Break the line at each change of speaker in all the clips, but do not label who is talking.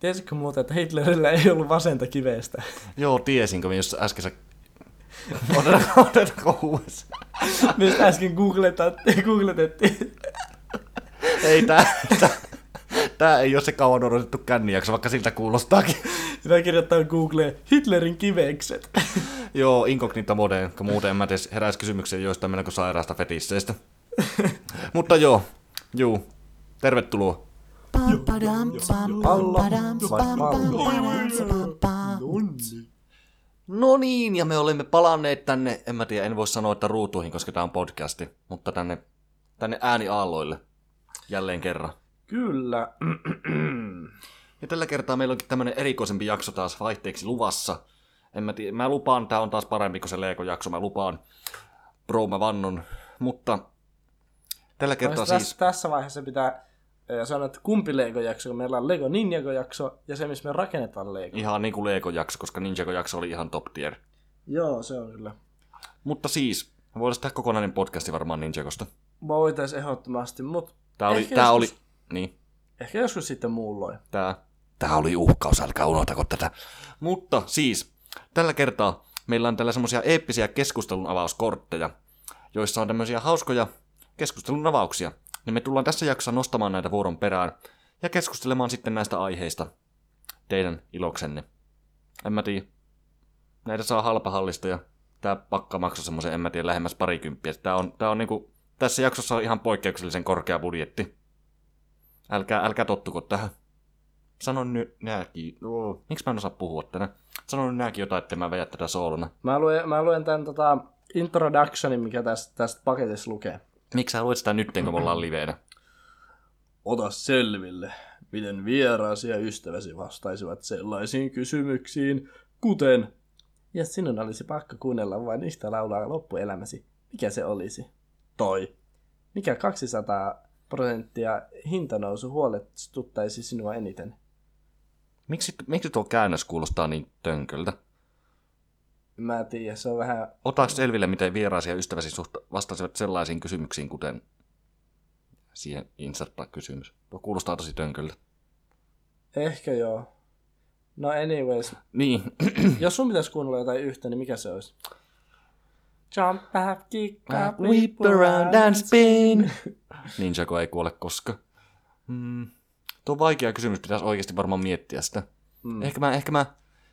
Tiesitkö muuten, että Hitlerillä ei ollut vasenta kivestä?
Joo, tiesinkö minä jos äsken Odotako, odotako uudessa.
Me sitä äsken googletat- googletettiin.
Ei tää, tää, tää ei ole se kauan odotettu kännijakso, vaikka siltä kuulostaakin.
Sitä kirjoittaa Googleen Hitlerin kivekset.
Joo, incognito mode, kun muuten en mä edes heräisi kysymykseen joistain melko sairaasta fetisseistä. Mutta joo, juu, tervetuloa.
Pallo vai pallo?
No niin, ja me olemme palanneet tänne, en mä tiedä, en voi sanoa, että ruutuihin, koska tää on podcasti, mutta tänne, tänne ääniaalloille jälleen kerran.
Kyllä.
Ja tällä kertaa meillä onkin tämmönen erikoisempi jakso taas vaihteeksi luvassa. En mä, tiedä, mä lupaan, tää on taas parempi kuin se Lego-jakso, mä lupaan. Bro, mä vannon. Mutta tällä kertaa
Tässä-
siis...
Tässä vaiheessa pitää ö, sanoa, että kumpi Lego-jakso, kun meillä on Lego Ninjago-jakso ja se, missä me rakennetaan Lego.
Ihan niin kuin Lego-jakso, koska Ninjago-jakso oli ihan top tier.
Joo, se on kyllä.
Mutta siis, me voidaan tehdä kokonainen podcasti varmaan Ninjagosta.
Voitaisiin ehdottomasti, mutta
Tää oli,
Ehkä
tää oli,
joskus.
niin,
ehkä joskus sitten muulloin.
tää. Tää oli uhkaus, älkää unohtako tätä. Mutta siis, tällä kertaa meillä on tällä semmosia eeppisiä keskustelun avauskortteja, joissa on tämmöisiä hauskoja keskustelun avauksia. Niin me tullaan tässä jaksossa nostamaan näitä vuoron perään ja keskustelemaan sitten näistä aiheista teidän iloksenne. En mä tiedä. Näitä saa halpahallista ja tää pakka maksoi semmoisen, en mä tiedä, lähemmäs parikymppiä. Tää on, tää on niinku, tässä jaksossa on ihan poikkeuksellisen korkea budjetti. Älkää, älkää tottuko tähän. Sanon nyt nääkin. Oh. Miksi mä en osaa puhua tänään? Sanon nyt nääkin jotain, että mä vedä tätä soolona.
Mä luen, mä luen tämän tota, introductionin, mikä tästä, tästä paketissa lukee.
Miksi sä luet sitä nytten, kun me ollaan liveenä?
Ota selville, miten vieraasi ja ystäväsi vastaisivat sellaisiin kysymyksiin, kuten... Ja sinun olisi pakko kuunnella vain yhtä laulaa loppuelämäsi. Mikä se olisi? Toi. Mikä 200 prosenttia hintanousu huolestuttaisi sinua eniten?
Miksi, miksi tuo käännös kuulostaa niin tönköltä?
Mä en tiedä, se on vähän...
Ota selville, miten vieraasi ja ystäväsi suhta- vastasivat sellaisiin kysymyksiin, kuten siihen inserttaa kysymys. Tuo kuulostaa tosi tönköltä.
Ehkä joo. No anyways,
Niin,
jos sun pitäisi kuunnella jotain yhtä, niin mikä se olisi? Jump up, kick up,
Whip around and spin. Ninjago ei kuole koska. Mm. Tuo on vaikea kysymys, pitäisi oikeasti varmaan miettiä sitä.
Mm.
Mm. Ehkä mä, ehkä mä,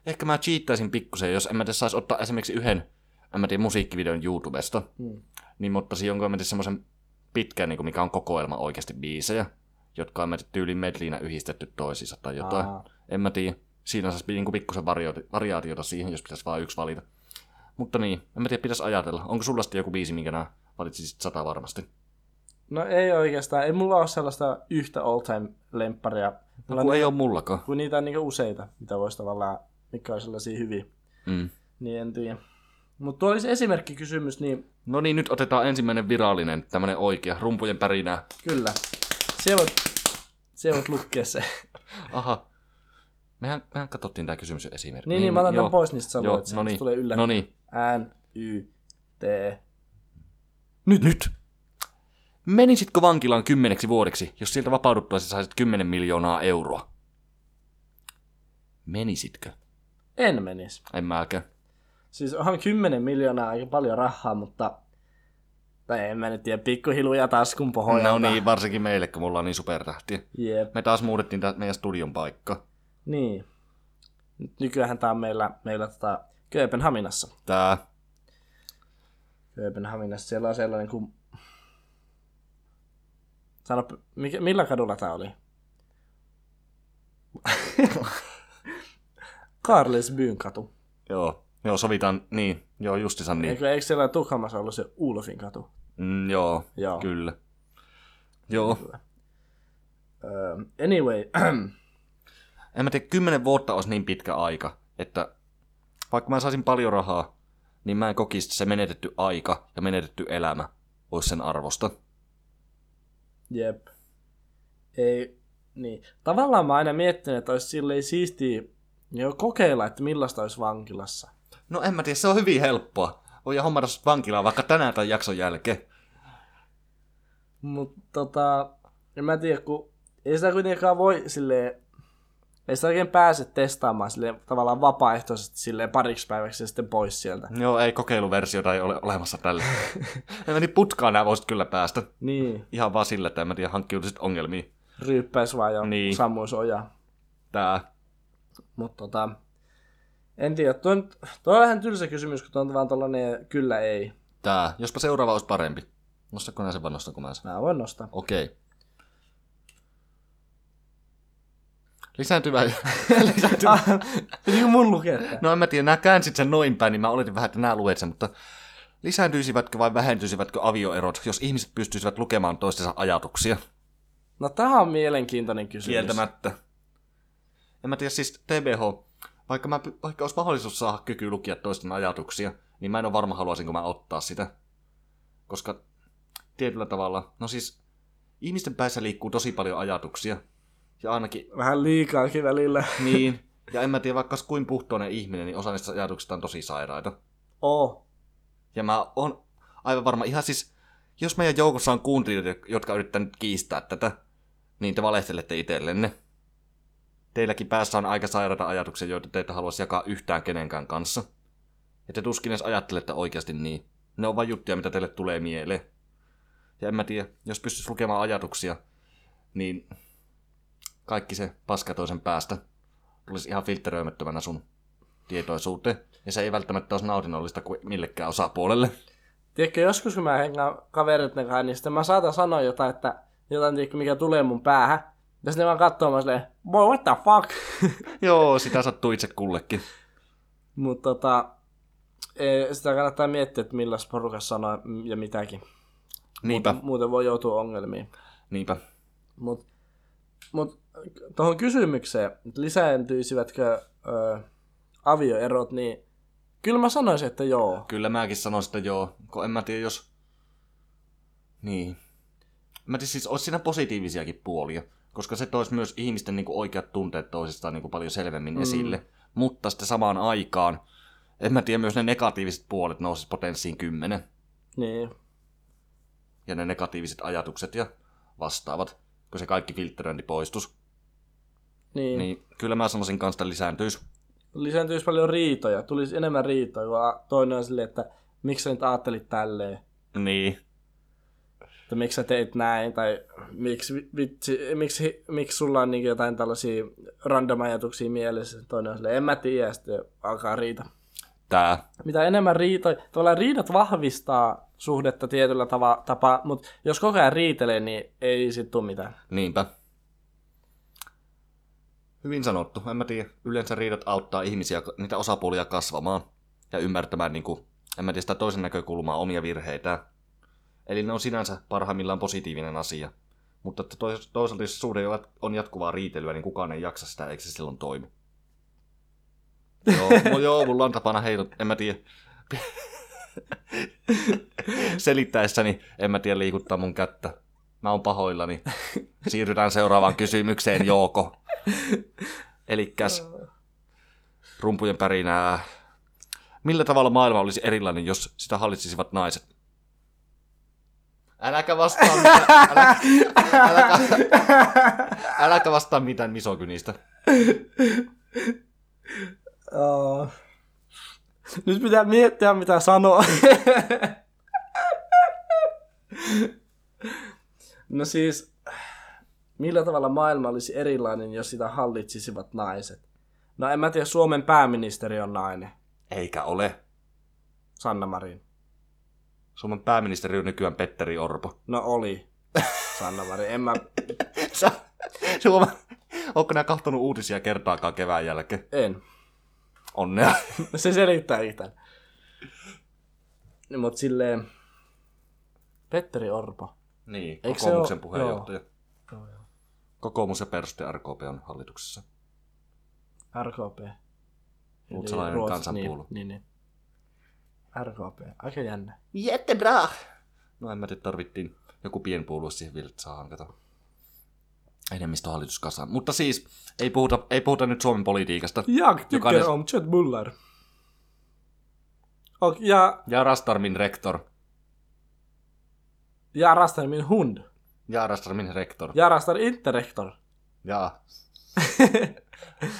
ehkä mä cheattaisin pikkusen, jos en mä saisi ottaa esimerkiksi yhden, en mä tiedä, musiikkivideon YouTubesta.
Mm.
Niin mä ottaisin jonkun, en mä tiedä, semmoisen pitkän, niin kuin mikä on kokoelma oikeasti biisejä, jotka on mä tiedä, tyylin medliinä yhdistetty toisiinsa tai jotain.
Aa.
En mä tiedä. Siinä saisi niin pikkusen varioiti- variaatiota siihen, jos pitäisi vain yksi valita. Mutta niin, en mä tiedä, pitäisi ajatella. Onko sulla sitten joku biisi, minkä nää valitsisit sata varmasti?
No ei oikeastaan. Ei mulla ole sellaista yhtä all-time lempparia.
No,
Mulla
kun
ni-
ei ole mullakaan.
kun niitä on niinku useita, mitä voisi tavallaan, mikä on sellaisia hyviä,
Mm.
niin en tiedä. Mutta tuo olisi esimerkkikysymys, niin
No niin, nyt otetaan ensimmäinen virallinen, tämmönen oikea, rumpujen pärinää.
kyllä. Se voit, se voit lukea se. Niin,
Aha. Mehän, mehän katsottiin tää kysymys jo esimerkiksi.
niin, niin, mä otan tämän pois, niin sit sä
Joo,
luet sen,
no
kun se
niin.
tulee yllä.
No niin.
N, Y, T.
Nyt. Nyt. Menisitkö vankilaan kymmeneksi vuodeksi, jos sieltä vapauduttaisi saisit 10 miljoonaa euroa? Menisitkö?
En menis.
En mäkään.
Siis onhan 10 miljoonaa aika paljon rahaa, mutta... Tai en mä nyt tiedä, pikkuhiluja taskun pohjalta.
No niin, varsinkin meille, kun mulla on niin supertähtiä.
Jep.
Me taas muutettiin tää meidän studion paikka.
Niin. Nyt Nykyäänhän tää on meillä, meillä tota Kööpenhaminassa.
Tää.
Kööpenhaminassa siellä on sellainen kuin... Sano, mikä, millä kadulla tää oli? Karlsbyn katu.
Joo. Joo, sovitaan. Niin. Joo, justiinsa niin.
Eikö, eikö siellä Tukholmassa ollut se Ulfin katu?
Mm, joo,
Joo.
joo, kyllä. Joo.
Öö, anyway,
En mä tiedä, kymmenen vuotta olisi niin pitkä aika, että vaikka mä saisin paljon rahaa, niin mä en kokisi, että se menetetty aika ja menetetty elämä olisi sen arvosta.
Jep. Ei, niin. Tavallaan mä aina miettinyt, että olisi silleen siistiä jo kokeilla, että millaista olisi vankilassa.
No en mä tiedä, se on hyvin helppoa. Voi hommata sut vankilaan vaikka tänään tai jakson jälkeen.
Mutta tota, en mä tiedä, kun ei sitä kuitenkaan voi silleen, Ei sitä oikein pääse testaamaan sille tavallaan vapaaehtoisesti silleen pariksi päiväksi ja sitten pois sieltä.
Joo, ei kokeiluversiota ei ole olemassa tällä. en mä niin putkaan nämä voisit kyllä päästä.
Niin,
Ihan vaan sillä, että en mä tiedä hankkiutuisit ongelmiin.
ryyppäis vaan jo
Niin.
niin. sammuis ojaa.
Tää.
Mutta tota, en tiedä, tuo on, tuo on vähän tylsä kysymys, kun tuo on vaan tollanen kyllä ei.
Tää. Jospa seuraava olisi parempi. Nostako nää sen vai nostanko mä sen?
Mä voin nostaa.
Okei. Lisääntyvä. lisääntyvä.
Ah, Pitikö mun lukea tää?
No en mä tiedä, nää käänsit sen noin päin, niin mä oletin vähän, että nää luet sen, mutta lisääntyisivätkö vai vähentyisivätkö avioerot, jos ihmiset pystyisivät lukemaan toistensa ajatuksia?
No tää on mielenkiintoinen kysymys.
Kieltämättä. En mä tiedä, siis TBH, vaikka, mä, py- vaikka olisi mahdollisuus saada kyky lukia toisten ajatuksia, niin mä en ole varma, haluaisinko mä ottaa sitä. Koska tietyllä tavalla, no siis ihmisten päässä liikkuu tosi paljon ajatuksia. Ja ainakin,
Vähän liikaakin välillä.
niin, ja en mä tiedä, vaikka olisi kuin puhtoinen ihminen, niin osa niistä ajatuksista on tosi sairaita.
Oo.
Ja mä oon aivan varma, ihan siis, jos meidän joukossa on kuuntelijoita, jotka yrittää nyt kiistää tätä, niin te valehtelette itsellenne. Teilläkin päässä on aika sairaita ajatuksia, joita te ette haluaisi jakaa yhtään kenenkään kanssa. Ja te tuskin edes ajattelette oikeasti niin. Ne on vain juttuja, mitä teille tulee mieleen. Ja en mä tiedä, jos pystyisi lukemaan ajatuksia, niin kaikki se paska toisen päästä tulisi ihan filtteröimättömänä sun tietoisuuteen. Ja se ei välttämättä olisi nautinnollista kuin millekään osapuolelle.
Tiedätkö, joskus kun mä hengaan kavereiden kanssa, niin sitten mä saatan sanoa jotain, että jotain, tiedätkö, mikä tulee mun päähän. Ja sitten ne vaan katsoo mä silleen, boy, what the fuck?
Joo, sitä sattuu itse kullekin.
Mutta tota, ei- sitä kannattaa miettiä, että milläs porukassa sanoo mm, ja mitäkin.
Niinpä,
Muuten voi joutua ongelmiin.
niinpä.
Mutta mut, tuohon kysymykseen, että lisääntyisivätkö ö, avioerot, niin kyllä mä sanoisin, että joo.
Kyllä mäkin sanoisin, että joo, kun en mä tiedä jos... Niin. Mä tiedä, siis olisi siinä positiivisiakin puolia, koska se toisi myös ihmisten niin oikeat tunteet toisistaan niin paljon selvemmin mm. esille. Mutta sitten samaan aikaan, en mä tiedä, myös ne negatiiviset puolet nousisi potenssiin kymmenen.
Niin,
ja ne negatiiviset ajatukset ja vastaavat, kun se kaikki filtteröinti poistus.
niin. niin.
Niin kyllä mä sanoisin kanssa, että lisääntyisi.
Lisääntyisi paljon riitoja, tulisi enemmän riitoja, kun a- toinen on silleen, että miksi sä nyt ajattelit tälleen,
Niin.
että miksi sä teit näin, tai miksi, vi- vitsi, miksi, miksi sulla on niin jotain tällaisia random ajatuksia mielessä, toinen on silleen, en mä tiedä, ja sitten alkaa riita.
Tää.
mitä enemmän riita, tavallaan riidat vahvistaa suhdetta tietyllä tava, tapaa, mutta jos koko ajan riitelee, niin ei sit tuu mitään.
Niinpä. Hyvin sanottu. En mä tiedä. Yleensä riidat auttaa ihmisiä, niitä osapuolia kasvamaan ja ymmärtämään, niin kuin, en mä tiedä sitä toisen näkökulmaa, omia virheitään. Eli ne on sinänsä parhaimmillaan positiivinen asia. Mutta että tois- toisaalta jos suhde on jatkuvaa riitelyä, niin kukaan ei jaksa sitä, eikä se silloin toimi. Joo, no joo, mulla on tapana heitot, en mä tiedä. Selittäessäni en mä tiedä liikuttaa mun kättä. Mä oon pahoillani. Siirrytään seuraavaan kysymykseen, Jouko. Elikkäs rumpujen pärinää. Millä tavalla maailma olisi erilainen, jos sitä hallitsisivat naiset? Äläkä vastaa mitään, äläkä, äläkä, äläkä vastaa mitään misokynistä.
Oh. Nyt pitää miettiä, mitä sanoa. no siis, millä tavalla maailma olisi erilainen, jos sitä hallitsisivat naiset? No en mä tiedä, Suomen pääministeri on nainen,
Eikä ole.
Sanna Marin.
Suomen pääministeri on nykyään Petteri Orpo.
No oli, Sanna Marin. En mä,
Sä, Suoma, onko nää kahtonut uutisia kertaakaan kevään jälkeen?
en.
Onnea.
Niin, se selittää itän. Mut silleen, Petteri Orpo.
Niin,
Eikö se
kokoomuksen
oo-
puheenjohtaja.
Joo, joo.
Kokoomus ja Perste RKP on hallituksessa.
RKP. Eli
Ruotsalainen
Ruotsi-
kansanpuolue.
Niin, niin, niin. RKP. Aika jännä.
Jättebra! No en mä tiedä, tarvittiin joku pienpuolue siihen vielä, että saa hankata enemmistöhallitus kasaan. Mutta siis, ei puhuta, ei puhuta nyt Suomen politiikasta.
Jag tycker
Jokainen-
om köttbullar. Och jag,
Ja Rastarmin rektor.
jag rastar min hund.
Ja Rastarmin rektor.
Jag rastar inte rektor.
Ja.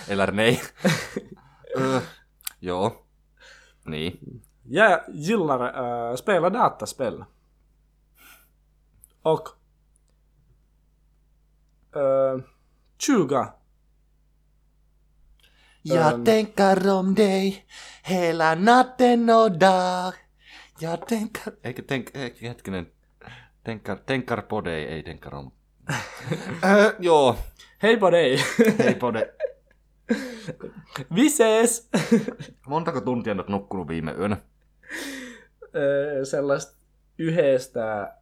Elärnei. öö, joo. Niin.
Jag gillar eh, spela dataspel. Och... Uh, 20.
Jag
Ehm.
tänker om dig hela natten och dag. Jag tänker... Eikä tänk... Eikä hetkinen. Tänker, tänker på dig, ei tänker om. öö, joo.
Hej på dig!
Ei på dig.
Vi ses!
Montako tuntia olet nukkunut viime yönä?
Öö, sellaista yhdestä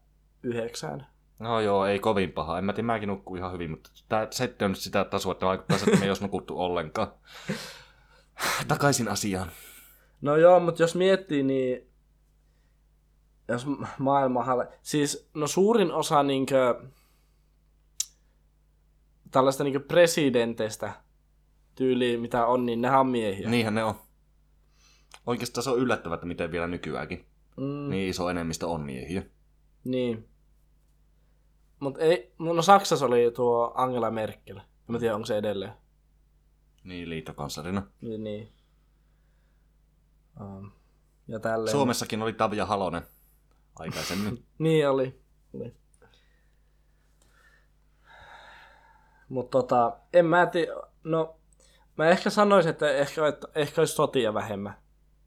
yhdeksään.
No joo, ei kovin paha. En mä tiedä, mäkin nukkuu ihan hyvin, mutta tämä setti on nyt sitä tasoa, että vaikuttaa se, että me ei olisi nukuttu ollenkaan. Takaisin asiaan.
No joo, mutta jos miettii, niin jos m- maailma hal... Siis, no suurin osa niinkö tällaista niinkö presidenteistä tyyliä, mitä on, niin nehän on miehiä.
Niinhän ne on. Oikeastaan se on yllättävää, että miten vielä nykyäänkin.
Mm,
Niin iso enemmistö on miehiä.
niin. Mut ei, no Saksassa oli tuo Angela Merkel. Mä tiedä, onko se edelleen.
Niin liittokanslerina.
Niin, niin. Um, ja tälleen.
Suomessakin oli Tavia Halonen aikaisemmin.
Niin oli. oli. Mutta tota, en mä tiedä, no mä ehkä sanoisin, että ehkä, että ehkä olisi sotia vähemmän.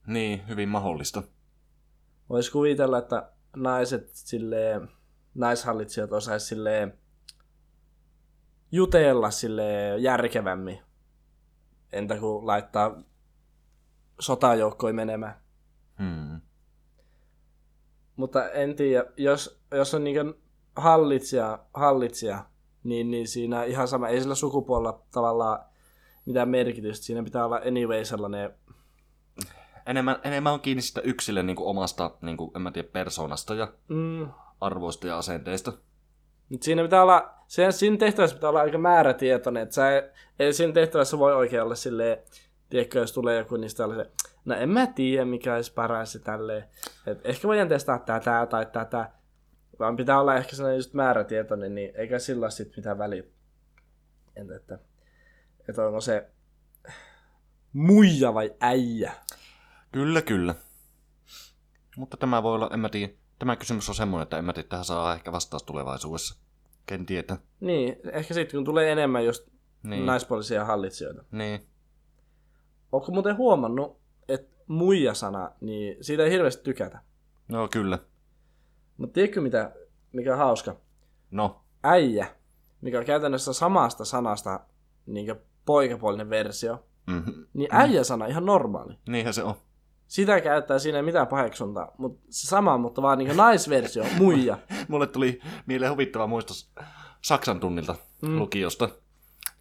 niin, hyvin mahdollista.
Voisi kuvitella, että naiset silleen, naishallitsijat osaisi silleen jutella sille järkevämmin. Entä kun laittaa sotajoukkoja menemään.
Hmm.
Mutta en tiedä, jos, jos on niin hallitsija, hallitsija niin, niin siinä ihan sama, ei sillä sukupuolella tavallaan mitään merkitystä. Siinä pitää olla anyway sellainen,
Enemmän, enemmän on kiinni sitä yksilön niin omasta, niin kuin, en mä tiedä, persoonasta ja
mm,
arvoista ja asenteista.
mut siinä pitää olla, siinä, siinä tehtävässä pitää olla aika määrätietoinen, että sä, ei- ei siinä tehtävässä voi oikein olla silleen, tiedätkö, jos tulee joku, niin sitä oli se, no en mä tiedä, mikä olisi paras ja tälleen, et ehkä voidaan testata tätä tai tätä, vaan pitää olla ehkä sellainen just määrätietoinen, niin eikä sillä sitten mitään väliä. Entä että, että onko se muija vai äijä?
Kyllä, kyllä. Mutta tämä voi olla, en mä tiedä, tämä kysymys on semmoinen, että en mä tiedä, tähän saa ehkä vastaus tulevaisuudessa. Ken tietää.
Niin, ehkä sitten kun tulee enemmän just
Niin,
niin. naispuolisia hallitsijoita.
niin.
Oletko muuten huomannut, että muija-sana, niin siitä ei hirveästi tykätä.
No kyllä.
Mutta tiedätkö mitä, mikä on hauska?
No,
äijä, mikä on käytännössä samasta sanasta niin poikapuolinen versio,
mm-hmm.
niin äijä-sana on ihan normaali.
niinhän se on.
Sitä käyttää siinä ei mitään paheksuntaa, mutta se sama, mutta vaan niin naisversio, muija.
Mulle tuli mieleen huvittava muisto s- Saksan tunnilta mm. lukiosta.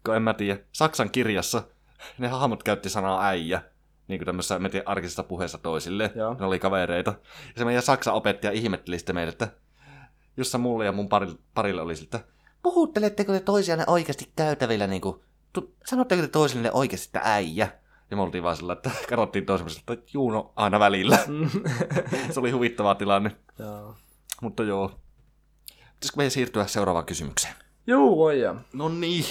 Kun en mä tiedä, Saksan kirjassa ne hahmot käytti sanaa äijä. Niin kuin tämmöisessä, en mä tiedä, arkisessa puheessa toisille.
Joo.
Ne oli kavereita. Ja se meidän Saksan opettaja ihmetteli sitten meille, että jossa mulle ja mun parille, parille oli siltä, puhutteletteko te toisianne oikeasti käytävillä niin kuin, tu, sanotteko te toisille oikeasti, että äijä? Ja me oltiin vaan sillä, että katsottiin toisemme, että juu, no, aina välillä.
Mm.
se oli huvittava tilanne.
Joo.
Mutta joo. Pitäisikö meidän siirtyä seuraavaan kysymykseen?
Juu, voi ja.
No niin.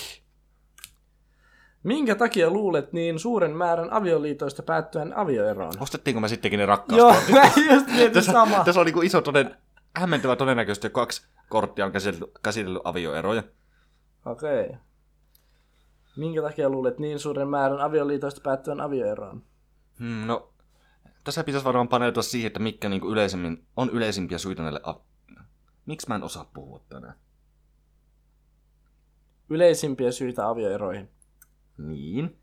Minkä takia luulet niin suuren määrän avioliitoista päättyen avioeroon?
Ostettiinko me sittenkin ne rakkaus?
Joo, mä just mietin
tässä,
samaa.
tässä on niin iso toden, hämmentävä todennäköisesti, että kaksi korttia on käsitellyt, käsitellyt avioeroja.
Okei. Okay. Minkä takia luulet niin suuren määrän avioliitoista päättyen avioeroon?
Hmm, no, tässä pitäisi varmaan paneutua siihen, että mitkä niin yleisemmin, on yleisimpiä syitä näille... Av... Miksi mä en osaa puhua tänään?
Yleisimpiä syitä avioeroihin.
Niin.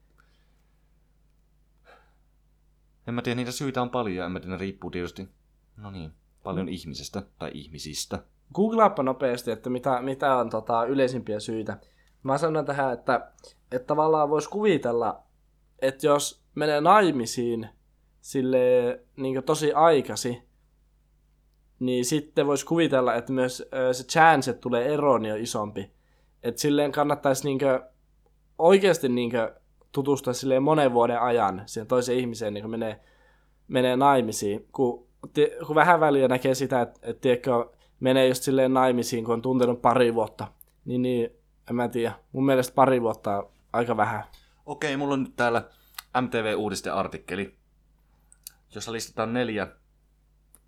En mä tiedä, niitä syitä on paljon, en mä tiedä, ne riippuu tietysti, no niin, paljon ihmisestä tai ihmisistä.
Googlaappa nopeasti, että mitä, mitä on tota, yleisimpiä syitä. Mä sanon tähän, että, että tavallaan voisi kuvitella, että jos menee naimisiin sille niin tosi aikasi, niin sitten voisi kuvitella, että myös ö, se chance, että tulee eroon, niin on isompi. Että silleen kannattaisi niinkö, oikeasti niinkö, tutustua silleen monen vuoden ajan siihen toiseen ihmiseen, niin kun menee, menee naimisiin. Kun, tie- kun vähän väliä näkee sitä, että, että tiedätkö, menee just silleen naimisiin, kun on tuntenut pari vuotta. Niin, niin en mä tiedä. Mun mielestä pari vuotta on aika vähän.
Okei, mulla on nyt täällä MTV-uutisten artikkeli, jossa listataan neljä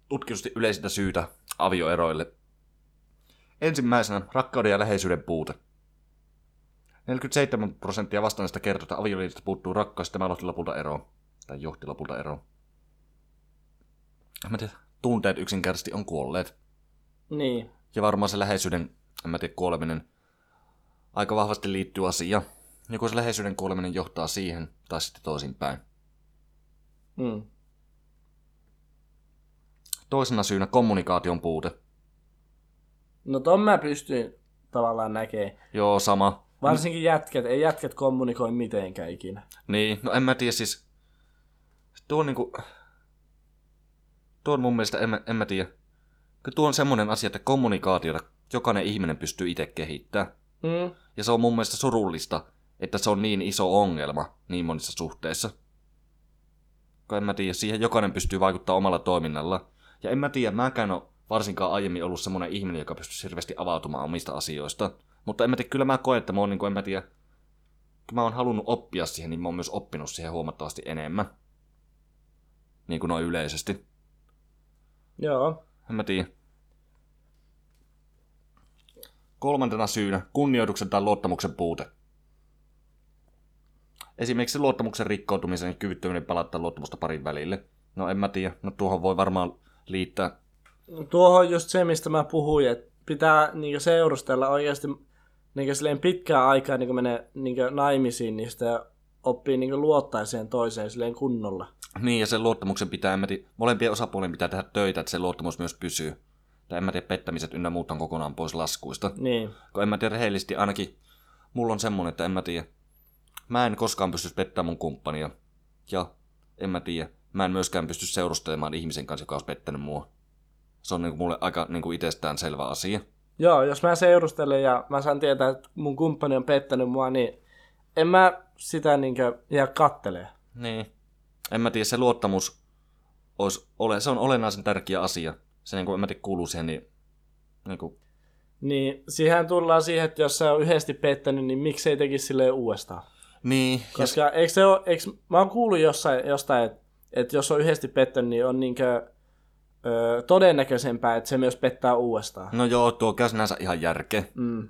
tutkitusti yleisintä syytä avioeroille. Ensimmäisenä rakkauden ja läheisyyden puute. 47 prosenttia vastanneista kertoo, että avioliitosta puuttuu rakkaus, ja tämä johti lopulta eroon. Tai johti lopulta eroon. En Mä tiedä, tunteet yksinkertaisesti on kuolleet.
Niin.
Ja varmaan se läheisyyden, en mä tiedä, kuoleminen aika vahvasti liittyy asiaan. Joko se läheisyyden kuoleminen johtaa siihen, tai sitten toisinpäin.
Mm.
Toisena syynä kommunikaation puute.
No ton mä pystyn tavallaan näkemään.
Joo, sama.
Varsinkin jätkät, ei jätkät kommunikoi mitenkään ikinä.
Niin, no en mä tiedä siis... Tuo on niinku... Tuo on mun mielestä, en mä, en mä tiedä. Kyllä tuo on semmonen asia, että kommunikaatiota jokainen ihminen pystyy itse kehittämään.
Mm.
Ja se on mun mielestä surullista, että se on niin iso ongelma niin monissa suhteissa. Kun en mä tiedä, siihen jokainen pystyy vaikuttamaan omalla toiminnalla. Ja en mä tiedä, mäkään ole varsinkaan aiemmin ollut semmoinen ihminen, joka pystyisi hirveästi avautumaan omista asioista. Mutta en mä tiedä, kyllä mä koen, että mä oon, niin kuin, en mä tiedä, kun mä oon halunnut oppia siihen, niin mä oon myös oppinut siihen huomattavasti enemmän. Niin kuin noin yleisesti.
Joo.
En mä tiedä. Kolmantena syynä kunnioituksen tai luottamuksen puute. Esimerkiksi luottamuksen rikkoutumisen ja kyvyttömyyden palauttaa luottamusta parin välille. No en mä tiedä, no tuohon voi varmaan liittää.
Tuohon on just se, mistä mä puhuin, että pitää niin seurustella oikeasti niin silleen pitkää aikaa, niin menee niin naimisiin, niin sitä oppii niin luottaa siihen toiseen silleen kunnolla.
Niin ja sen luottamuksen pitää, en mä tiedä, molempien osapuolien pitää tehdä töitä, että se luottamus myös pysyy. Tai en mä tiedä, pettämiset ynnä muut on kokonaan pois laskuista.
Niin.
Kun en mä tiedä rehellisesti, ainakin mulla on semmonen, että en mä tiedä. Mä en koskaan pysty pettämään mun kumppania. Ja en mä tiedä. Mä en myöskään pysty seurustelemaan ihmisen kanssa, joka olisi pettänyt mua. Se on niinku mulle aika niinku itsestään selvä asia.
Joo, jos mä seurustelen ja mä saan tietää, että mun kumppani on pettänyt mua, niin en mä sitä niin jää kattelee.
Niin. En mä tiedä, se luottamus olisi, ole, se on olennaisen tärkeä asia. Se niinku, en mä tiedä, kuuluu siihen, niin, niinku,
Niin siihen tullaan siihen, että jos sä on yhdesti pettänyt, niin miksei tekisi silleen uudestaan.
niin. Ja
Koska eikö se ole, eikö, mä oon kuullut jossain, jostain, että, että jos on yhdesti pettänyt, niin on niinkö, ö, todennäköisempää, että se myös pettää uudestaan.
No joo, tuo käy sinänsä ihan järkeä.
Mm.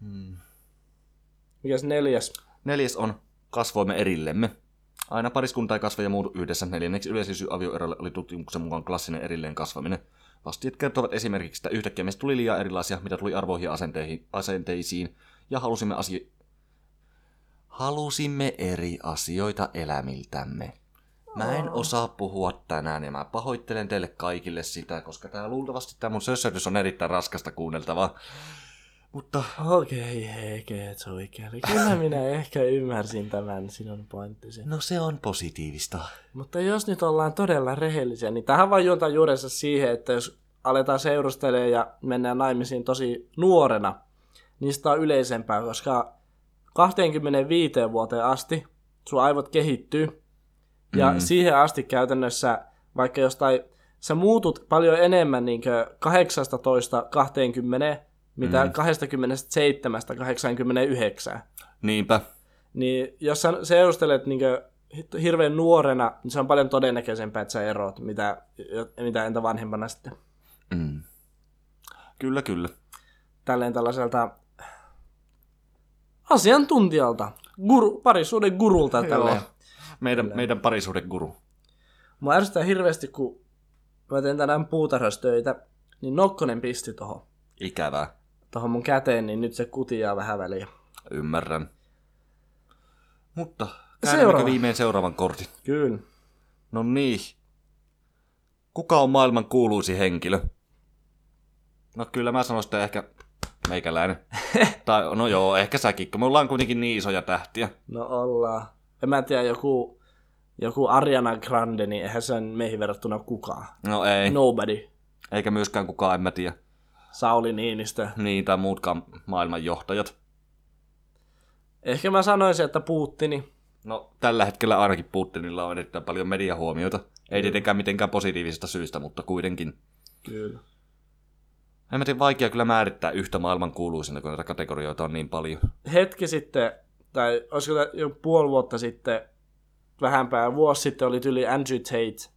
Hmm.
Mikäs neljäs?
Neljäs on kasvoimme erillemme. Aina pariskunta ei kasva ja muutu yhdessä. Neljänneksi yleisin syy avioerolle oli tutkimuksen mukaan klassinen erilleen kasvaminen. Vastiet kertovat esimerkiksi, että yhtäkkiä meistä tuli liian erilaisia, mitä tuli arvoihin ja asenteihin, asenteisiin, ja halusimme asio... Halusimme eri asioita elämiltämme. Mä en osaa puhua tänään ja mä pahoittelen teille kaikille sitä, koska tää luultavasti tää mun sössötys on erittäin raskasta kuunneltavaa. Mutta
Okei, heke, soikeli. Kyllä minä ehkä ymmärsin tämän sinun pointtisi.
no se on positiivista.
Mutta jos nyt ollaan todella rehellisiä, niin tähän vaan juontaa juurensa siihen, että jos aletaan seurustelemaan ja mennään naimisiin tosi nuorena, niin sitä on yleisempää, koska 25 vuoteen asti sun aivot kehittyy. Ja
Mm.
mm. siihen asti käytännössä, vaikka jostain, sä muutut paljon enemmän niin 18-20, mitä
Mm.
mm. 27-89
Niinpä.
niin jos sä seurustelet niin hirveän nuorena, niin se on paljon todennäköisempää, että sä erot, mitä, mitä entä vanhempana sitten.
Mm. Kyllä, kyllä.
Tälleen tällaiselta asiantuntijalta, guru, parisuuden gurulta tälleen.
Meidän, meidän parisuuden guru.
Mua ärsyttää hirveästi, kun mä teen tänään puutarhastöitä, niin nokkonen pisti tohon,
Ikävää.
tohon mun käteen, niin nyt se kutiaa vähän väliä.
Ymmärrän. Mutta käydäänkö
Seuraava.
viimein seuraavan kortin?
Kyllä.
No niin. Kuka on maailman kuuluisi henkilö? No kyllä mä sanoin sitä ehkä meikäläinen. tai no joo, ehkä säkin, kun me ollaan kuitenkin niin isoja tähtiä.
No ollaan. En mä tiedä, joku, joku Ariana Grande, niin eihän sen meihin verrattuna kukaan.
No ei, no.
Nobody.
eikä myöskään kukaan, en mä tiedä.
Sauli Niinistö.
Niin tai muutkaan maailman johtajat.
Ehkä mä sanoisin, että Putini.
No, tällä hetkellä ainakin Putinilla on erittäin paljon mediahuomiota. Ei tietenkään mitenkään positiivisesta syystä, mutta kuitenkin.
Kyllä.
En mä tiedä, vaikea kyllä määrittää yhtä maailman kuuluisena, kun näitä kategorioita on niin paljon.
hetki sitten, tai olisiko tää jo puoli vuotta sitten, vähän päälle vuosi sitten oli tyli Andrew Tate.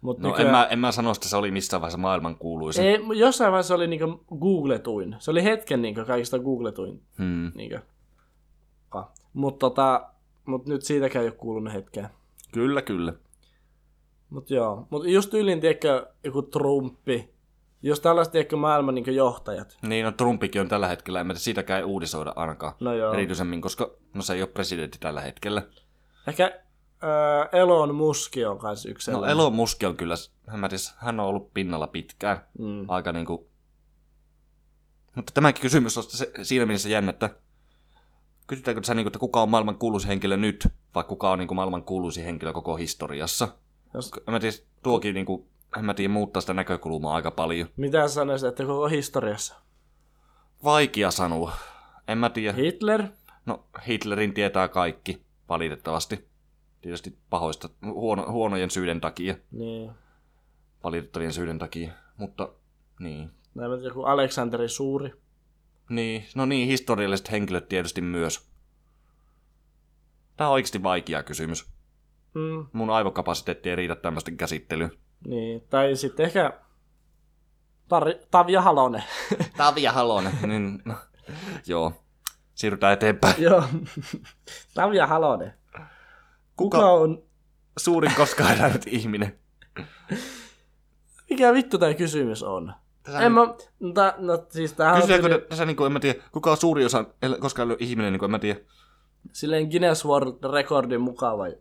Mut
No en mä, en mä sano, että se oli missään vaiheessa maailman kuuluisa.
ei, mu- jossain vaiheessa oli niinku googletuin. Se oli hetken niinku kaikista googletuin.
Hmm.
Niinku.
Ah.
Mutta tota, mut nyt siitäkään ei ole kuulunut hetkeä.
Kyllä, kyllä.
Mut joo. Mut just ylin, tiedätkö, joku Trumpi. Jos tällaiset, tiedätkö, maailman niinku johtajat.
Niin, no Trumpikin on tällä hetkellä, en mä tiedä, siitäkään ei uutisoida ainakaan
No joo.
erityisemmin, koska no se ei ole presidentti tällä hetkellä. No,
Ehkä ää, Elon Musk on kans yksi
No
sellainen.
Elon Musk on kyllä, en mä tiedä, hän on ollut pinnalla pitkään.
Mm.
Aika niinku... Mutta tämäkin kysymys on se, siinä mielessä jännä, että kysytäänkö sä niinku, että kuka on maailman kuuluisin henkilö nyt, vai kuka on niinku maailman kuuluisin henkilö koko historiassa?
Jos-
En mä tiedä, tuokin niinku, en mä tiedä, muuttaa sitä näkökulmaa aika paljon.
Mitä sanoisit, että koko historiassa?
Vaikea sanoa. En mä tiedä.
Hitler?
No, Hitlerin tietää kaikki, valitettavasti. Tietysti pahoista, huono, huonojen syiden takia,
Niin.
valitettavien syiden takia, mutta niin.
Näin mä tiedän, joku Aleksanteri Suuri.
Niin, no niin, historialliset henkilöt tietysti myös. Tämä on oikeasti vaikea kysymys.
Mm,
Mun aivokapasiteetti ei riitä tämmöisten käsittelyyn.
niin. Tai sitten ehkä Tar- Tavia Halonen.
Tavia Halonen. niin, no, joo, siirrytään eteenpäin.
Joo. Tavia Halonen. Kuka
Kuka on
on...
suurin koskaan elänyt ihminen?
Mikä vittu tämä kysymys on?
Tässä
En mä... No, tää- no siis tämähän on
Kysytäänkö
tyli-
ne- tässä, niin kuin, en mä tiedä, kuka on suuri osa elä- koskaan elänyt ihminen, niin kuin, en mä tiedä.
silleen Guinness World Recordin mukaan vai?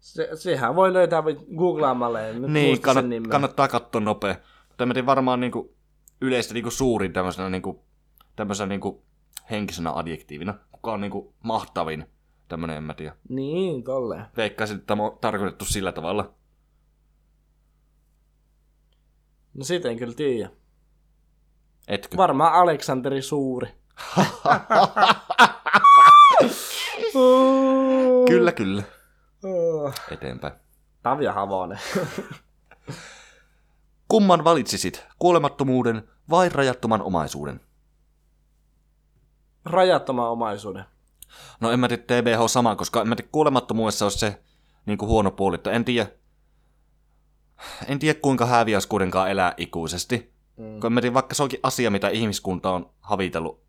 Se, sehän voi löytää vai- googlaamalla. En nyt
Niin,
muista sen
kannat,
nimeä.
kannattaa katsoa nopea. Mutta mä tein varmaan niinku yleistä niinku suurin tämmöisenä, niinku, tämmöisenä niinku henkisenä adjektiivina. Kuka on niinku mahtavin tämmönen, en mä tiedä.
Niin, tolleen.
Veikkaisin, että tämä on tarkoitettu sillä tavalla.
No siitä en kyllä tiedä.
Etkö?
Varmaan Aleksanteri Suuri. Oh.
kyllä, kyllä.
Oh.
Eteenpäin.
Tavia Havonen.
Kumman valitsisit? Kuolemattomuuden vai rajattoman omaisuuden?
Rajattoman omaisuuden.
No en mä tiedä TBH on sama, koska en mä tiedä kuolemattomuudessa olisi se niin kuin huono puoli, että en tiedä, en tiedä kuinka häviä olisi kuitenkaan elää ikuisesti.
Mm.
Kun en mä tiedä, vaikka se onkin asia, mitä ihmiskunta on havitellut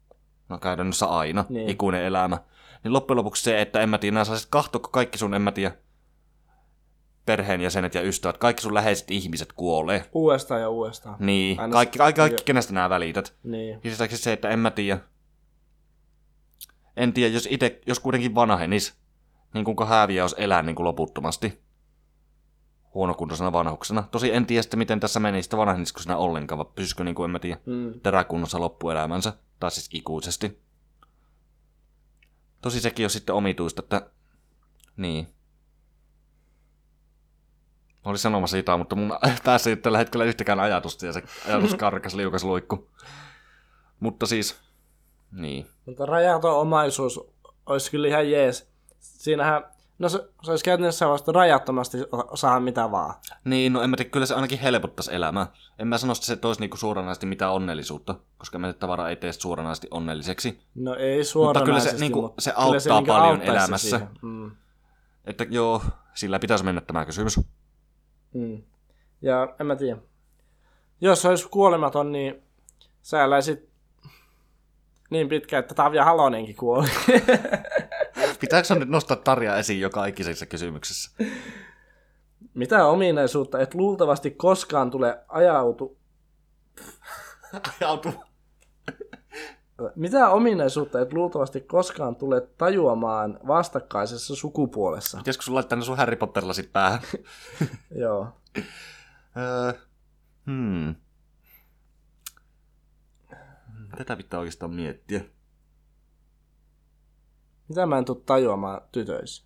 no käytännössä aina,
Niin.
niin. ikuinen elämä, niin loppujen lopuksi se, että en mä tiedä, nämä saisit kahtoa, kun kaikki sun, en mä tiedä, perheenjäsenet ja ystävät, kaikki sun läheiset ihmiset kuolee.
Uudestaan ja uudestaan.
Niin,
Aina-
kaikki, kaikki, kaikki
Joo.
kenestä nämä välität.
Niin.
Ja lisäksi se, että en mä tiedä. En tiedä, jos itse, jos kuitenkin vanhenis, niin kuinka hääviä olisi elää niin kuin loputtomasti huonokuntoisena vanhuksena. Tosi en tiedä sitten, miten tässä meni sitten vanhenisiko sinä ollenkaan, vai pysyisikö niin kuin, en mä tiedä,
Mm.
teräkunnossa loppuelämänsä, tai siis ikuisesti. Tosi sekin on sitten omituista, että niin. Mä olin sanomassa jotain, mutta mun päässä ei ole tällä hetkellä yhtäkään ajatusta ja se ajatus karkas liukas luikku. Mutta siis, niin.
Mutta rajaton omaisuus olisi kyllä ihan jees. Siinähän, no se, se olisi käytännössä vasta rajattomasti o- saa mitä vaan.
Niin, no en mä tiedä, kyllä se ainakin helpottaisi elämää. En mä sano, että se toisi niinku suoranaisesti mitään onnellisuutta, koska mä tiedän, että tavara ei tee suoranaisesti onnelliseksi.
No ei
Mutta
suoranaisesti,
kyllä se, niinku,
mutta
se
kyllä
auttaa
niinku
paljon
auttaisi
elämässä.
siihen. Mm.
Että joo, sillä pitäisi mennä tämä kysymys.
Mm. Ja en mä tiedä. Jos se olisi kuolematon, niin sä eläisit niin pitkään, että Tavia Halonenkin kuoli.
Pitääkö sun nyt nostaa Tarja esiin joka ikisessä kysymyksessä?
Mitä ominaisuutta et luultavasti koskaan tule ajautu...
Ajautu.
Mitä ominaisuutta et luultavasti koskaan tule tajuamaan vastakkaisessa sukupuolessa?
Pitäisikö sun laittaa ne sun Harry Potter-lasit päähän?
Joo.
Öö, hmm. Tätä pitää oikeastaan miettiä.
Mitä mä en tule tajuamaan tytöissä?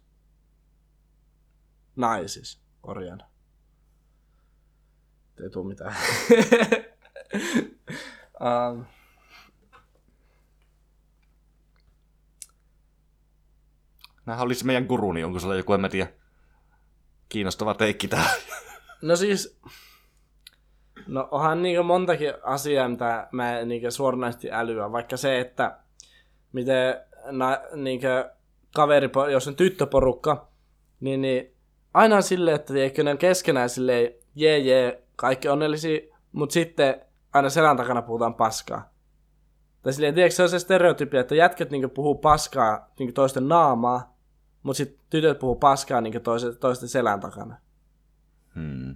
Naisissa, korjaan. Ei tuu mitään. um,
Nämähän olisi meidän guru, niin onko sulla joku, en mä tiedä, kiinnostava teikki tää.
no siis, No onhan niinku montakin asiaa, mitä mä en niinku suoranaisesti älyä. Vaikka se, että miten na, niinku kaveri, jos on tyttöporukka, niin, niin aina on silleen, että tiedätkö, ne on keskenään silleen, jee jee, kaikki onnellisia, mutta sitten aina selän takana puhutaan paskaa. Tai silleen, tiedätkö, se on se stereotypia, että jätket niinku puhuu paskaa niinku toisten naamaa, mutta sitten tytöt puhuu paskaa niinku toisen, toisten selän takana.
Hmm.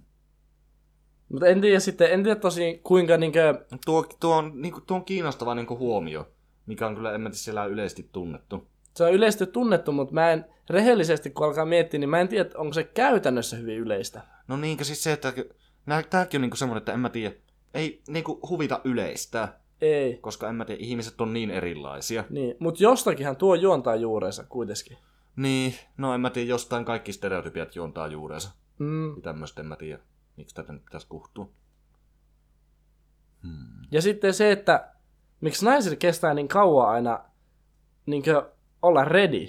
Mutta en tiedä sitten, en tiedä tosi kuinka niinkö,
Tuo, tuo, on, niin kuin, tuo on kiinnostava niin kuin huomio, mikä on kyllä emmeti siellä yleisesti tunnettu.
se on yleisesti tunnettu, mutta mä en rehellisesti kun alkaa miettiä, niin mä en tiedä, että onko se käytännössä hyvin yleistä.
No niinkö siis se, että nää- tääkin on niin semmoinen, että en mä tiedä, ei niin kuin huvita yleistä,
Ei.
koska en mä tiedä, ihmiset on niin erilaisia.
Niin, mutta jostakinhan tuo juontaa juurensa kuitenkin.
Niin, no en mä tiedä, jostain kaikki stereotypiat juontaa juurensa.
Mm.
Tämmöistä en mä tiedä, miksi tätä nyt pitäisi kuhtua. Hmm.
Ja sitten se, että miksi naisilla kestää niin kauan aina niinkö olla ready.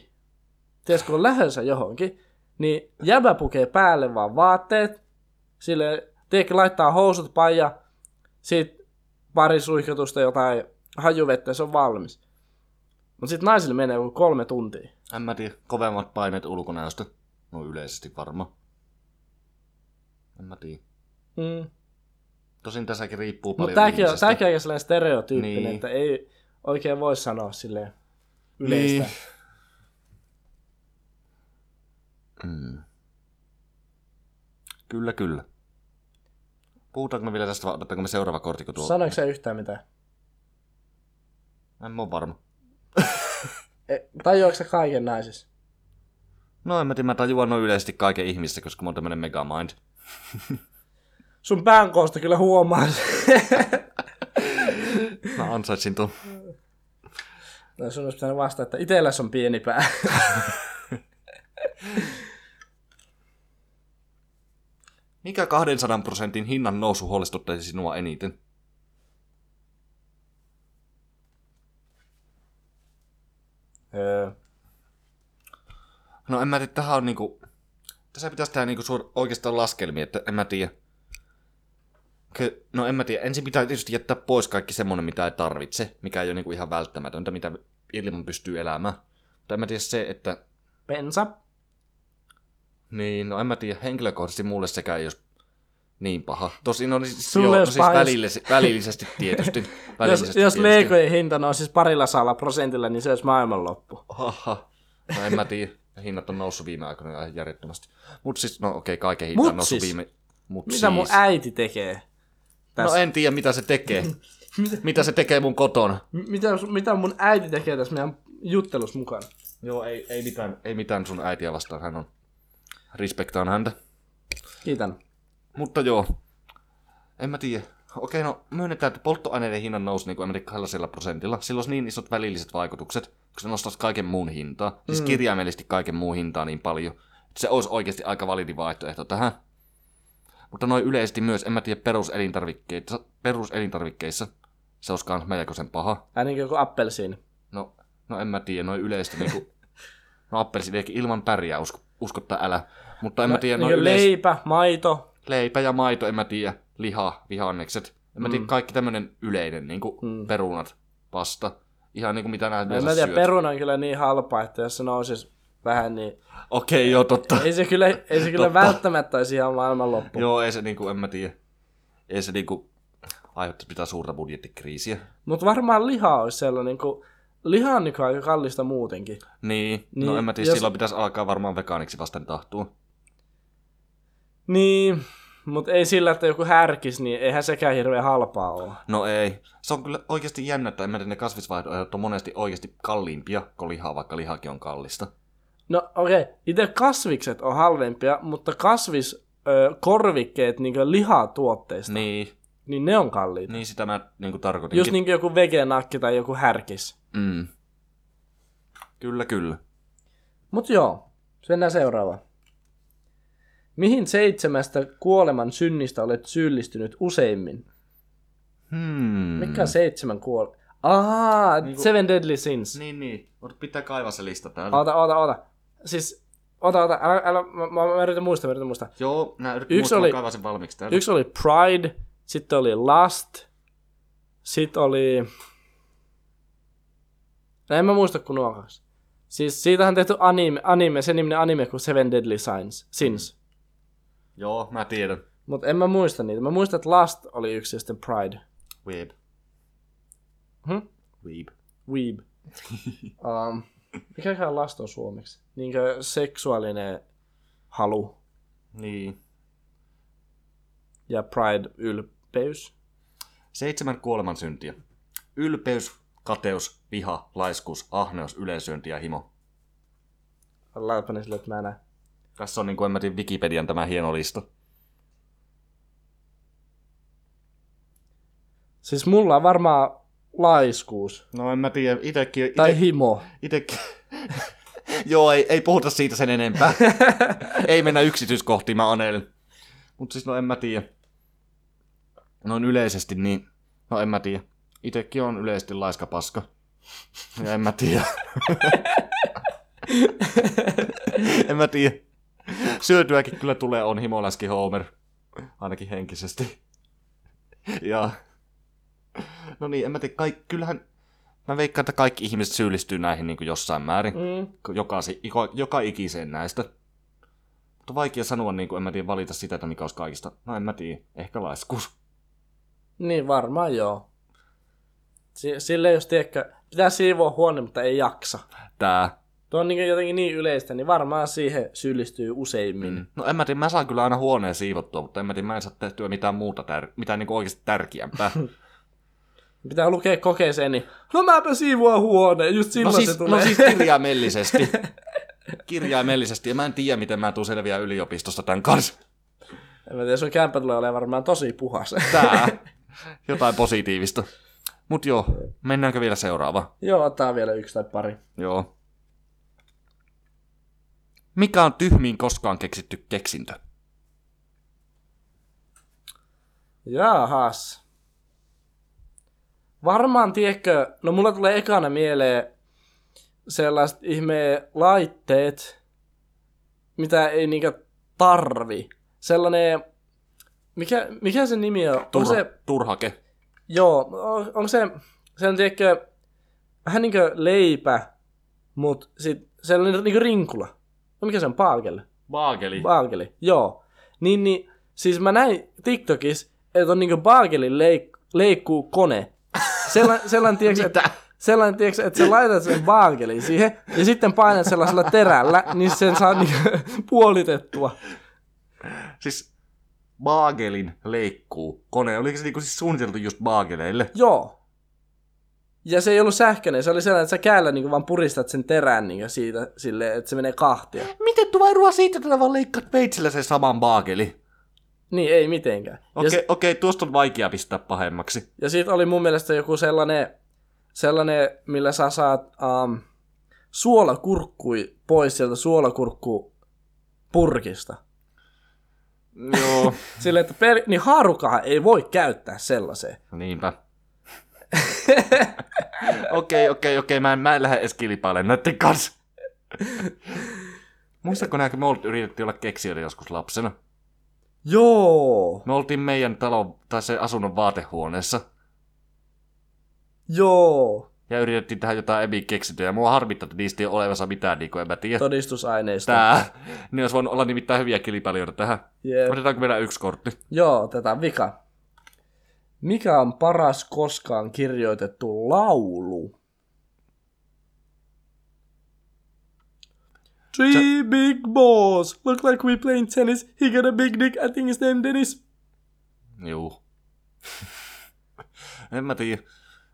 Ties kun on lähdössä johonkin, niin jäbä pukee päälle vaan vaatteet, sille tiedätkö, laittaa housut paja, sit pari suihkutusta jotain hajuvettä, ja se on valmis. Mutta sitten naisille menee joku kolme tuntia.
En mä tiedä, kovemmat paineet ulkonäöstä. No yleisesti varma. En mä tiedä.
Mm.
Tosin tässäkin riippuu paljon
Mutta tämäkin on,
ihmisestä.
tämäkin on aika sellainen stereotyyppinen,
Niin.
niin. että ei oikein voi sanoa silleen yleistä.
Niin. Mm. Kyllä, kyllä. Puhutaanko me vielä tästä vai otettaanko me seuraava kortti, kun tuo...
Sanoiko se yhtään mitään?
En mä oo varma.
E, tajuatko sä kaiken naisissa?
No en mä tiedä, mä tajuan noin yleisesti kaiken ihmistä, koska mä oon tämmönen megamind.
Sun pään koosta kyllä huomaa.
Mä ansaitsin tuon.
no, sun olisi pitänyt vastata, että itelläs on pieni pää.
Mikä 200 prosentin hinnan nousu huolestuttaisi sinua eniten?
Öö,
No en mä tiedä, tähän on niinku... Tässä pitäisi tehdä niinku suor... oikeastaan laskelmia, että en mä tiedä. Kö... No en mä tiedä, ensin pitää tietysti jättää pois kaikki semmonen, mitä ei tarvitse, mikä ei ole niinku ihan välttämätöntä, mitä ilman pystyy elämään. Mutta en mä tiedä se, että...
pensa.
Niin, no en mä tiedä, henkilökohtaisesti mulle sekään ei olisi niin paha. Tosin on siis,
Sulle
joo, no
olisi
siis
paha, jos-
välillesi, välillisesti tietysti.
Jos,
Välillisesti
jos
tietysti.
leikojen hinta on siis parilla saalla prosentilla, niin se olisi maailmanloppu.
Haha. No en mä tiedä. Hinnat on noussut viime aikoina ihan järjettömästi. Mut siis, no okei, okay, kaiken hinta on
Mut
noussut
siis.
viime... Mut
Mitä
siis.
mun äiti tekee?
No
tässä?
en tiedä, mitä se tekee. mitä se tekee mun kotona.
M- mitä, sun- mitä mun äiti tekee tässä meidän juttelussa mukana?
Joo, ei, ei, mitään, ei mitään sun äitiä vastaan. Hän on... Respektaan häntä.
Kiitän.
Mutta joo. En mä tiedä. Okei, no myönnetään, että polttoaineiden hinnan nousi niin kuin 200 prosentilla. Sillä olisi niin isot välilliset vaikutukset, kun se nostaisi kaiken muun hintaa. Siis mm. kirjaimellisesti kaiken muun hintaa niin paljon. Että se olisi oikeasti aika validi vaihtoehto tähän. Mutta noin yleisesti myös, en mä tiedä, peruselintarvikkeissa, peruselintarvikkeissa se olisi kans melkoisen paha.
Ai niin joku appelsiini.
No, no en mä tiedä, noin yleisesti niinku... No appelsiinekin ilman pärjää, usko, usko tai älä. Mutta en mä tiedä,
Niin
noin
kuin
yleisesti
leipä, maito.
leipä ja maito, en mä tiedä, liha, vihannekset. En mä tiedä, kaikki tämmönen yleinen, niin kuin
Mm. No
perunat, pasta. Ihan niin kuin mitä näitä
En
yleensä
mä tiedä,
syöt.
peruna on kyllä niin halpa, että jos se nousisi vähän, niin
Okei, joo, totta.
ei se kyllä, ei se kyllä
Totta.
välttämättä olisi ihan maailmanloppu.
joo, ei se niin kuin, en mä tiedä. Ei se niin kuin aiheuttaa mitään suurta budjettikriisiä.
Mutta varmaan liha olisi sellainen, kun liha on nykyään aika kallista muutenkin.
Niin, no
Niin,
en mä tiedä,
jos-
silloin pitäisi alkaa varmaan vegaaniksi vasten tahtua.
Niin, mutta ei sillä, että joku härkis, niin eihän sekään hirveän halpaa ole.
No ei. Se on kyllä oikeasti jännä, että en mä tiedä, ne kasvisvaihtoehdot on monesti oikeasti kalliimpia kuin lihaa, vaikka lihakin on kallista.
No okei, okay. itse kasvikset on halvempia, mutta kasvis ö, korvikkeet niin lihatuotteista, niin.
Niin,
niin ne on kalliita.
niin sitä mä niin kuin tarkoitinkin.
Niin. Just niin kuin joku vegenakki tai joku härkis.
Mm. Kyllä, kyllä.
Mut joo, mennään seuraavaan. Mihin seitsemästä kuoleman synnistä olet syyllistynyt useimmin?
Hmm.
Mikä on seitsemän kuol... Ahaa,
Niinku-
Seven Deadly Sins.
Niin, niin. Mutta pitää kaivaa se lista täällä.
Oota, oota, oota. Siis, oota, oota, älä, älä mä, mä, mä yritän muistaa, mä yritän muistaa.
Joo, nää yritän
Yksi
muistaa,
oli-
kaivaa sen valmiiksi täällä.
Yksi oli Pride, Sitten oli Last. Sitten oli... No en mä muista kun nuo kaksi. Siis siitähän on tehty anime, anime se niminen anime kuin Seven Deadly Sins. Sins.
Joo, mä tiedän.
Mutta en mä muista niitä. Mä muistan, että Last oli yksi ja sitten Pride.
Weeb.
Hm?
Weeb.
Weeb. um, mikäkään Last on suomeksi? Niinkö seksuaalinen halu
Niin.
ja Pride ylpeys?
Seitsemän kuolemansyntiä. Ylpeys, kateus, viha, laiskuus, ahneus, yleisyönti ja himo.
Laitapa ne sille, että mä näen.
Tässä on niin kuin en mä tiedä, Wikipedian tämä hieno lista.
Siis mulla on varmaan laiskuus.
No en mä tiedä, itekin...
Tai himo.
itekin. Joo, ei, ei puhuta siitä sen enempää. ei mennä yksityiskohtiin, mä anelin. Mut siis no en mä tiedä. Noin yleisesti niin, no en mä tiedä. Itekin on yleisesti laiska paska. Ja en mä tiedä. en mä tiedä. Syötyäkin kyllä tulee, on himoläski Homer. Ainakin henkisesti. Ja... No niin, en mä tiedä, kaikki, kyllähän... Mä veikkaan, että kaikki ihmiset syyllistyy näihin niin jossain määrin
Mm.
joka, si- iko- joka ikiseen näistä. Mutta vaikea sanoa, niin kuin en mä tiedä valita sitä, että mikä olisi kaikista. No en mä tiedä, ehkä laiskuus.
Niin varmaan joo. Si- Sille jos tiedätkö, pitää siivoa huone, mutta ei jaksa.
Tää.
Tuo on niin jotenkin niin yleistä, niin varmaan siihen syyllistyy useimmin. Mm.
Mm. No en mä tiedä, mä saan kyllä aina huoneen siivottua, mutta en mä tiedä, mä en saa tehtyä mitään muuta, tär- mitään niin oikeasti tärkeämpää. No
Pitää lukea kokeeseen, niin no mäpä siivoa huoneen, just
no,
silloin
siis,
se tulee.
no siis kirjaimellisesti. kirjaimellisesti, ja mä en tiedä, miten mä tuun selviää yliopistosta tämän kanssa.
En mä tiedä, sun kämpä tulee olemaan varmaan tosi puhas.
Tää. Jotain positiivista. Mut joo, mennäänkö vielä seuraavaan?
joo, ottaa vielä yksi tai pari.
Joo. Mikä on tyhmiin koskaan keksitty keksintö?
Jaahas. Varmaan, tiedätkö, no mulla tulee ekana mieleen sellaiset ihme laitteet, mitä ei niinkö tarvi. Sellainen, mikä, mikä se nimi on?
Turha,
Onko se,
Turhake.
joo, on, onko se, se on tiedätkö, vähän niinkö leipä, mut sit sellainen niinkö rinkula. No mikä se on, paakelle?
Vaakeli.
Baakeli, joo. Niin, niin, siis mä näin TikTokissa, että on niinku baakelin leik- leikkuu kone. Sellan, sellan tieks, että, sellan tieks, että sä laitat sen baakelin siihen ja sitten painat sellaisella terällä, niin sen saa niinku puolitettua.
Siis vaagelin leikkuu kone. Oliko se niinku siis suunniteltu just vaageleille?
Joo. Ja se ei ollut sähköinen, se oli sellainen, että sä käällä niinku vaan puristat sen terän niinku siitä silleen, että se menee kahtia.
Miten tuvairua siitä, että vaan leikkaat veitsellä sen saman vaakeli?
Niin, ei mitenkään.
Okei,
Ja
okay, okei, tuosta on vaikea pistää pahemmaksi.
Ja siitä oli mun mielestä joku sellainen, sellainen millä sä saat um, suolakurkkui pois sieltä suolakurkku purkista.
Joo.
Sillä että per, niin haarukaa ei voi käyttää sellaiseen.
Niinpä. Okei, okei, okei, mä en, mä en lähde edes kilpailemaan näiden kanssa. Muistatko nää, kun me olt- yritettiin olla keksijöitä joskus lapsena?
Joo,
Me oltiin meidän talon, tai se asunnon vaatehuoneessa,
joo.
ja yritettiin tähän jotain emi keksintöjä. Mua harmittaa, että niistä ei ole olemassa mitään, niin kuin en mä tiedä.
Todistusaineisto.
Tää, ne olisi voinut olla nimittäin hyviä kilpailijoita tähän.
Jep.
Otetaanko meillä yksi kortti?
Joo, tätä on vika. Mikä on paras koskaan kirjoitettu laulu? Three big balls. Look like we playing tennis. He got a big dick. I think his name Dennis.
Juu. en mä tiedä.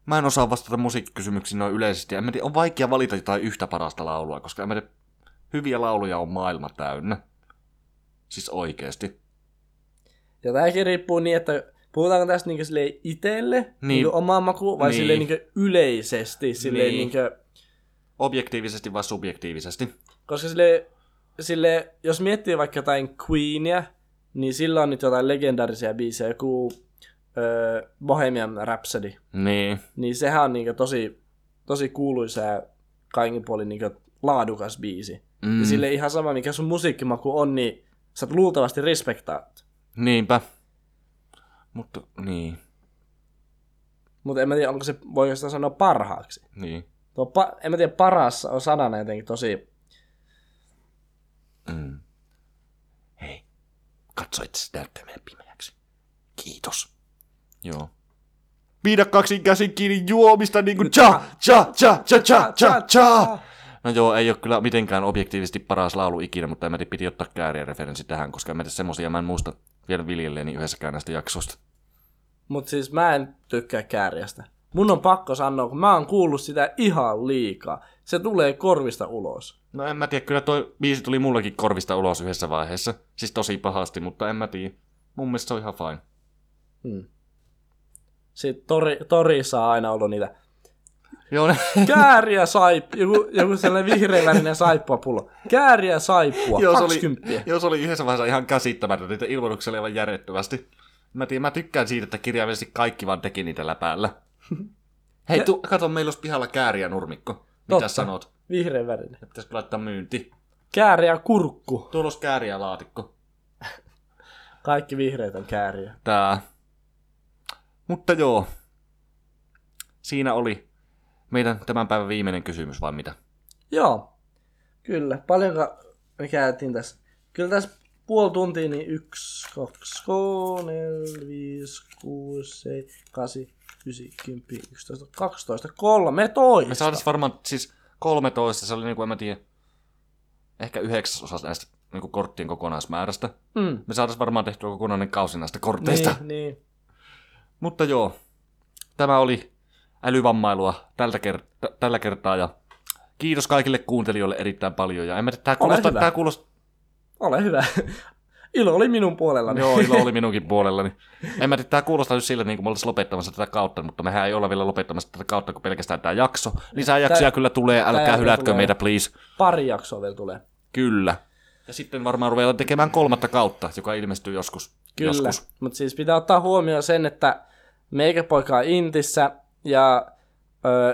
Mä en osaa vastata musiikkikysymyksiin noin yleisesti. En mä tiedä, on vaikea valita jotain yhtä parasta laulua, koska en mä tiedä, hyviä lauluja on maailma täynnä. Siis oikeesti.
Ja tämäkin riippuu niin, että puhutaanko tästä niinku silleen itelle, niin. niinku omaan makuun, vai
Niin.
niin. silleen niinku yleisesti, silleen
Niin.
niin. niinku,
Objektiivisesti vai subjektiivisesti?
koska sille, sille, jos miettii vaikka jotain Queenia, niin sillä on nyt jotain legendaarisia biisejä, joku ö, Bohemian Rhapsody.
Niin.
Niin sehän on niinku tosi, tosi kuuluisa ja kaikin puolin niinku laadukas biisi. Mm.
Mm.
Ja sille ihan sama, mikä sun musiikkimaku on, niin sä luultavasti respektaat.
Niinpä. Mutta niin,
Mutta en mä tiedä, onko se, voi oikeastaan sanoa parhaaksi.
niin.
Tuo pa- en mä tiedä, paras on sanana jotenkin tosi...
Mm. Hei, katsoit se näyttää meidän pimeäksi. Kiitos. Joo. Pidä kaksin käsin kiinni juomista niinku cha, cha, cha, cha, cha, cha, cha. No joo, ei ole kyllä mitenkään objektiivisesti paras laulu ikinä, mutta en mä tiedä, piti ottaa kääriä referenssi tähän, koska en mä tiedä semmosia, mä en muista vielä viljelleeni yhdessäkään näistä jaksoista.
Mutta siis mä en tykkää kääriästä. Mun on pakko sanoa, kun mä oon kuullut sitä ihan liikaa. Se tulee korvista ulos.
No en mä tiedä, kyllä toi biisi tuli mullekin korvista ulos yhdessä vaiheessa. Siis tosi pahasti, mutta en mä tiedä. Mun mielestä se on ihan fine.
Hmm. Sitten tori, torissa on aina ollut niitä
Joo, ne...
kääriä saip, joku, joku sellainen vihreänvärinen saippuapullo. Kääriä saippua,
Joo, se oli,
20.
joo, se oli yhdessä vaiheessa ihan käsittämätöntä, niitä ilmoituksia oli aivan järjettömästi. Mä, tiedän, mä tykkään siitä, että kirjaimellisesti kaikki vaan teki niitä läpäällä. Hei, tu, kato, meillä olisi pihalla kääriä nurmikko.
Totta.
Mitä sanot?
Vihreän värinen.
Ne pitäisikö laittaa myynti?
Kääriä kurkku.
Tuolla olisi kääriä laatikko.
Kaikki vihreät on kääriä.
Tää. Mutta joo. Siinä oli meidän tämän päivän viimeinen kysymys, vai mitä?
Joo, kyllä. Paljonko me käytiin tässä? Kyllä tässä puoli tuntia, niin yksi, kaksi, kolme, neljä, viisi, kuusi, seitsemän, kasi, ysi, kymppi, yksitoista, kaksitoista,
Me
kolmetoista.
saataisiin varmaan siis 13, se oli niinku, en mä tiedä, ehkä yhdeksäsosa näistä niinku korttien kokonaismäärästä.
Mm.
Me saataisiin varmaan tehtyä kokonainen kausi näistä korteista.
Niin, niin.
Mutta joo, tämä oli älyvammailua tältä kert- tällä kertaa ja kiitos kaikille kuuntelijoille erittäin paljon. Ja en mä, tiedä, tää kuulostaa,
hyvä.
tää kuulostaa,
Ole hyvä. Ilo oli minun niin puolellani.
joo ilo oli minunkin puolellani. En mä tiedä, tää kuulostaa nyt sillä, niin kuin me oltaisiin lopettamassa tätä kautta, mutta mehän ei olla vielä lopettamassa tätä kautta kuin pelkästään tämä jakso. Lisää jaksoja kyllä tulee, älkää
jakso
hylätkö
tulee.
meitä please.
Pari jaksoa vielä tulee.
Kyllä. Ja sitten varmaan ruvetaan tekemään kolmatta kautta, joka ilmestyy joskus.
Kyllä,
Joskus.
mutta siis pitää ottaa huomioon sen, että meikäpoika on Intissä ja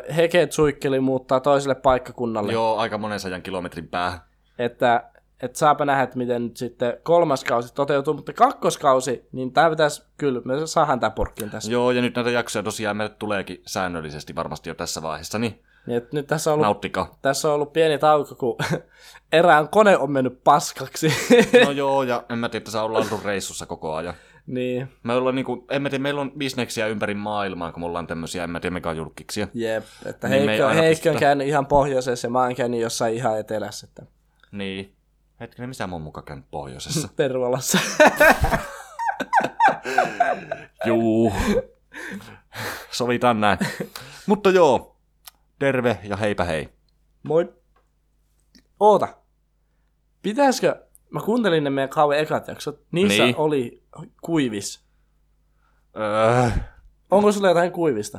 ö, Heke Tsuikkeli muuttaa toiselle paikkakunnalle.
Joo, aika monen sajan kilometrin päähän.
että, että saapa nähdä, että miten nyt sitten kolmas kausi toteutuu, mutta kakkoskausi, niin tämä pitäisi, kyllä me saadaan tämä purkkiin tässä.
Joo, ja nyt näitä jaksoja tosiaan meille tuleekin säännöllisesti varmasti jo tässä vaiheessa, niin
Niin, että nyt tässä on, ollut,
nauttikaa.
tässä on ollut pieni tauko, kun erään kone on mennyt paskaksi.
No joo, ja en mä tiedä, että sä ollaan oltu reissussa koko ajan.
niin,
Me ollaan niinku, en mä tiedä, meillä on bisneksiä ympäri maailmaa, kun me ollaan tämmöisiä, en mä tiedä, mikä on julkiksia.
jep. Että
Niin me ei
Heikki, on-
aina
Heikki on
pystytä.
käynyt ihan pohjoisessa ja mä oon käynyt jossain ihan etelässä. Että
Niin. Hetkinen, missä mä oon muka käynyt pohjoisessa?
Tervalassa.
Juu. Sovitaan näin. Mutta joo, terve ja heipä hei.
Moi. Oota. Pitäisikö, mä kuuntelin ne meidän kauan ekat jaksot, niissä
Niin.
niin. oli kuivis.
Öö,
Onko sulla jotain kuivista?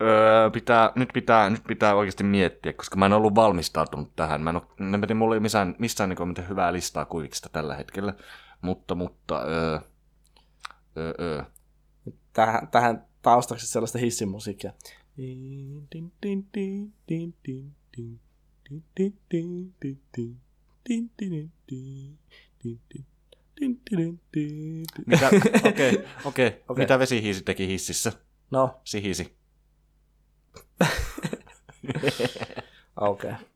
Öö, pitää, nyt, pitää, nyt pitää oikeasti miettiä, koska mä en ollut valmistautunut tähän. Mä en ole, en mä tiedä, mulla ei missään, missään niin mitään hyvää listaa kuivikista tällä hetkellä. Mutta, mutta, öö, öö, öö.
tähän, tähän taustaksi sellaista hissimusiikkia. Din, din, din, din, din, din, din, din, din, din, din, din, din, din, din, din, din, din, din, din, din, din.
Mitä, okei, okei.
Okei.
Mitä vesihiisi teki hississä?
No,
Sihisi.
okei. Okay.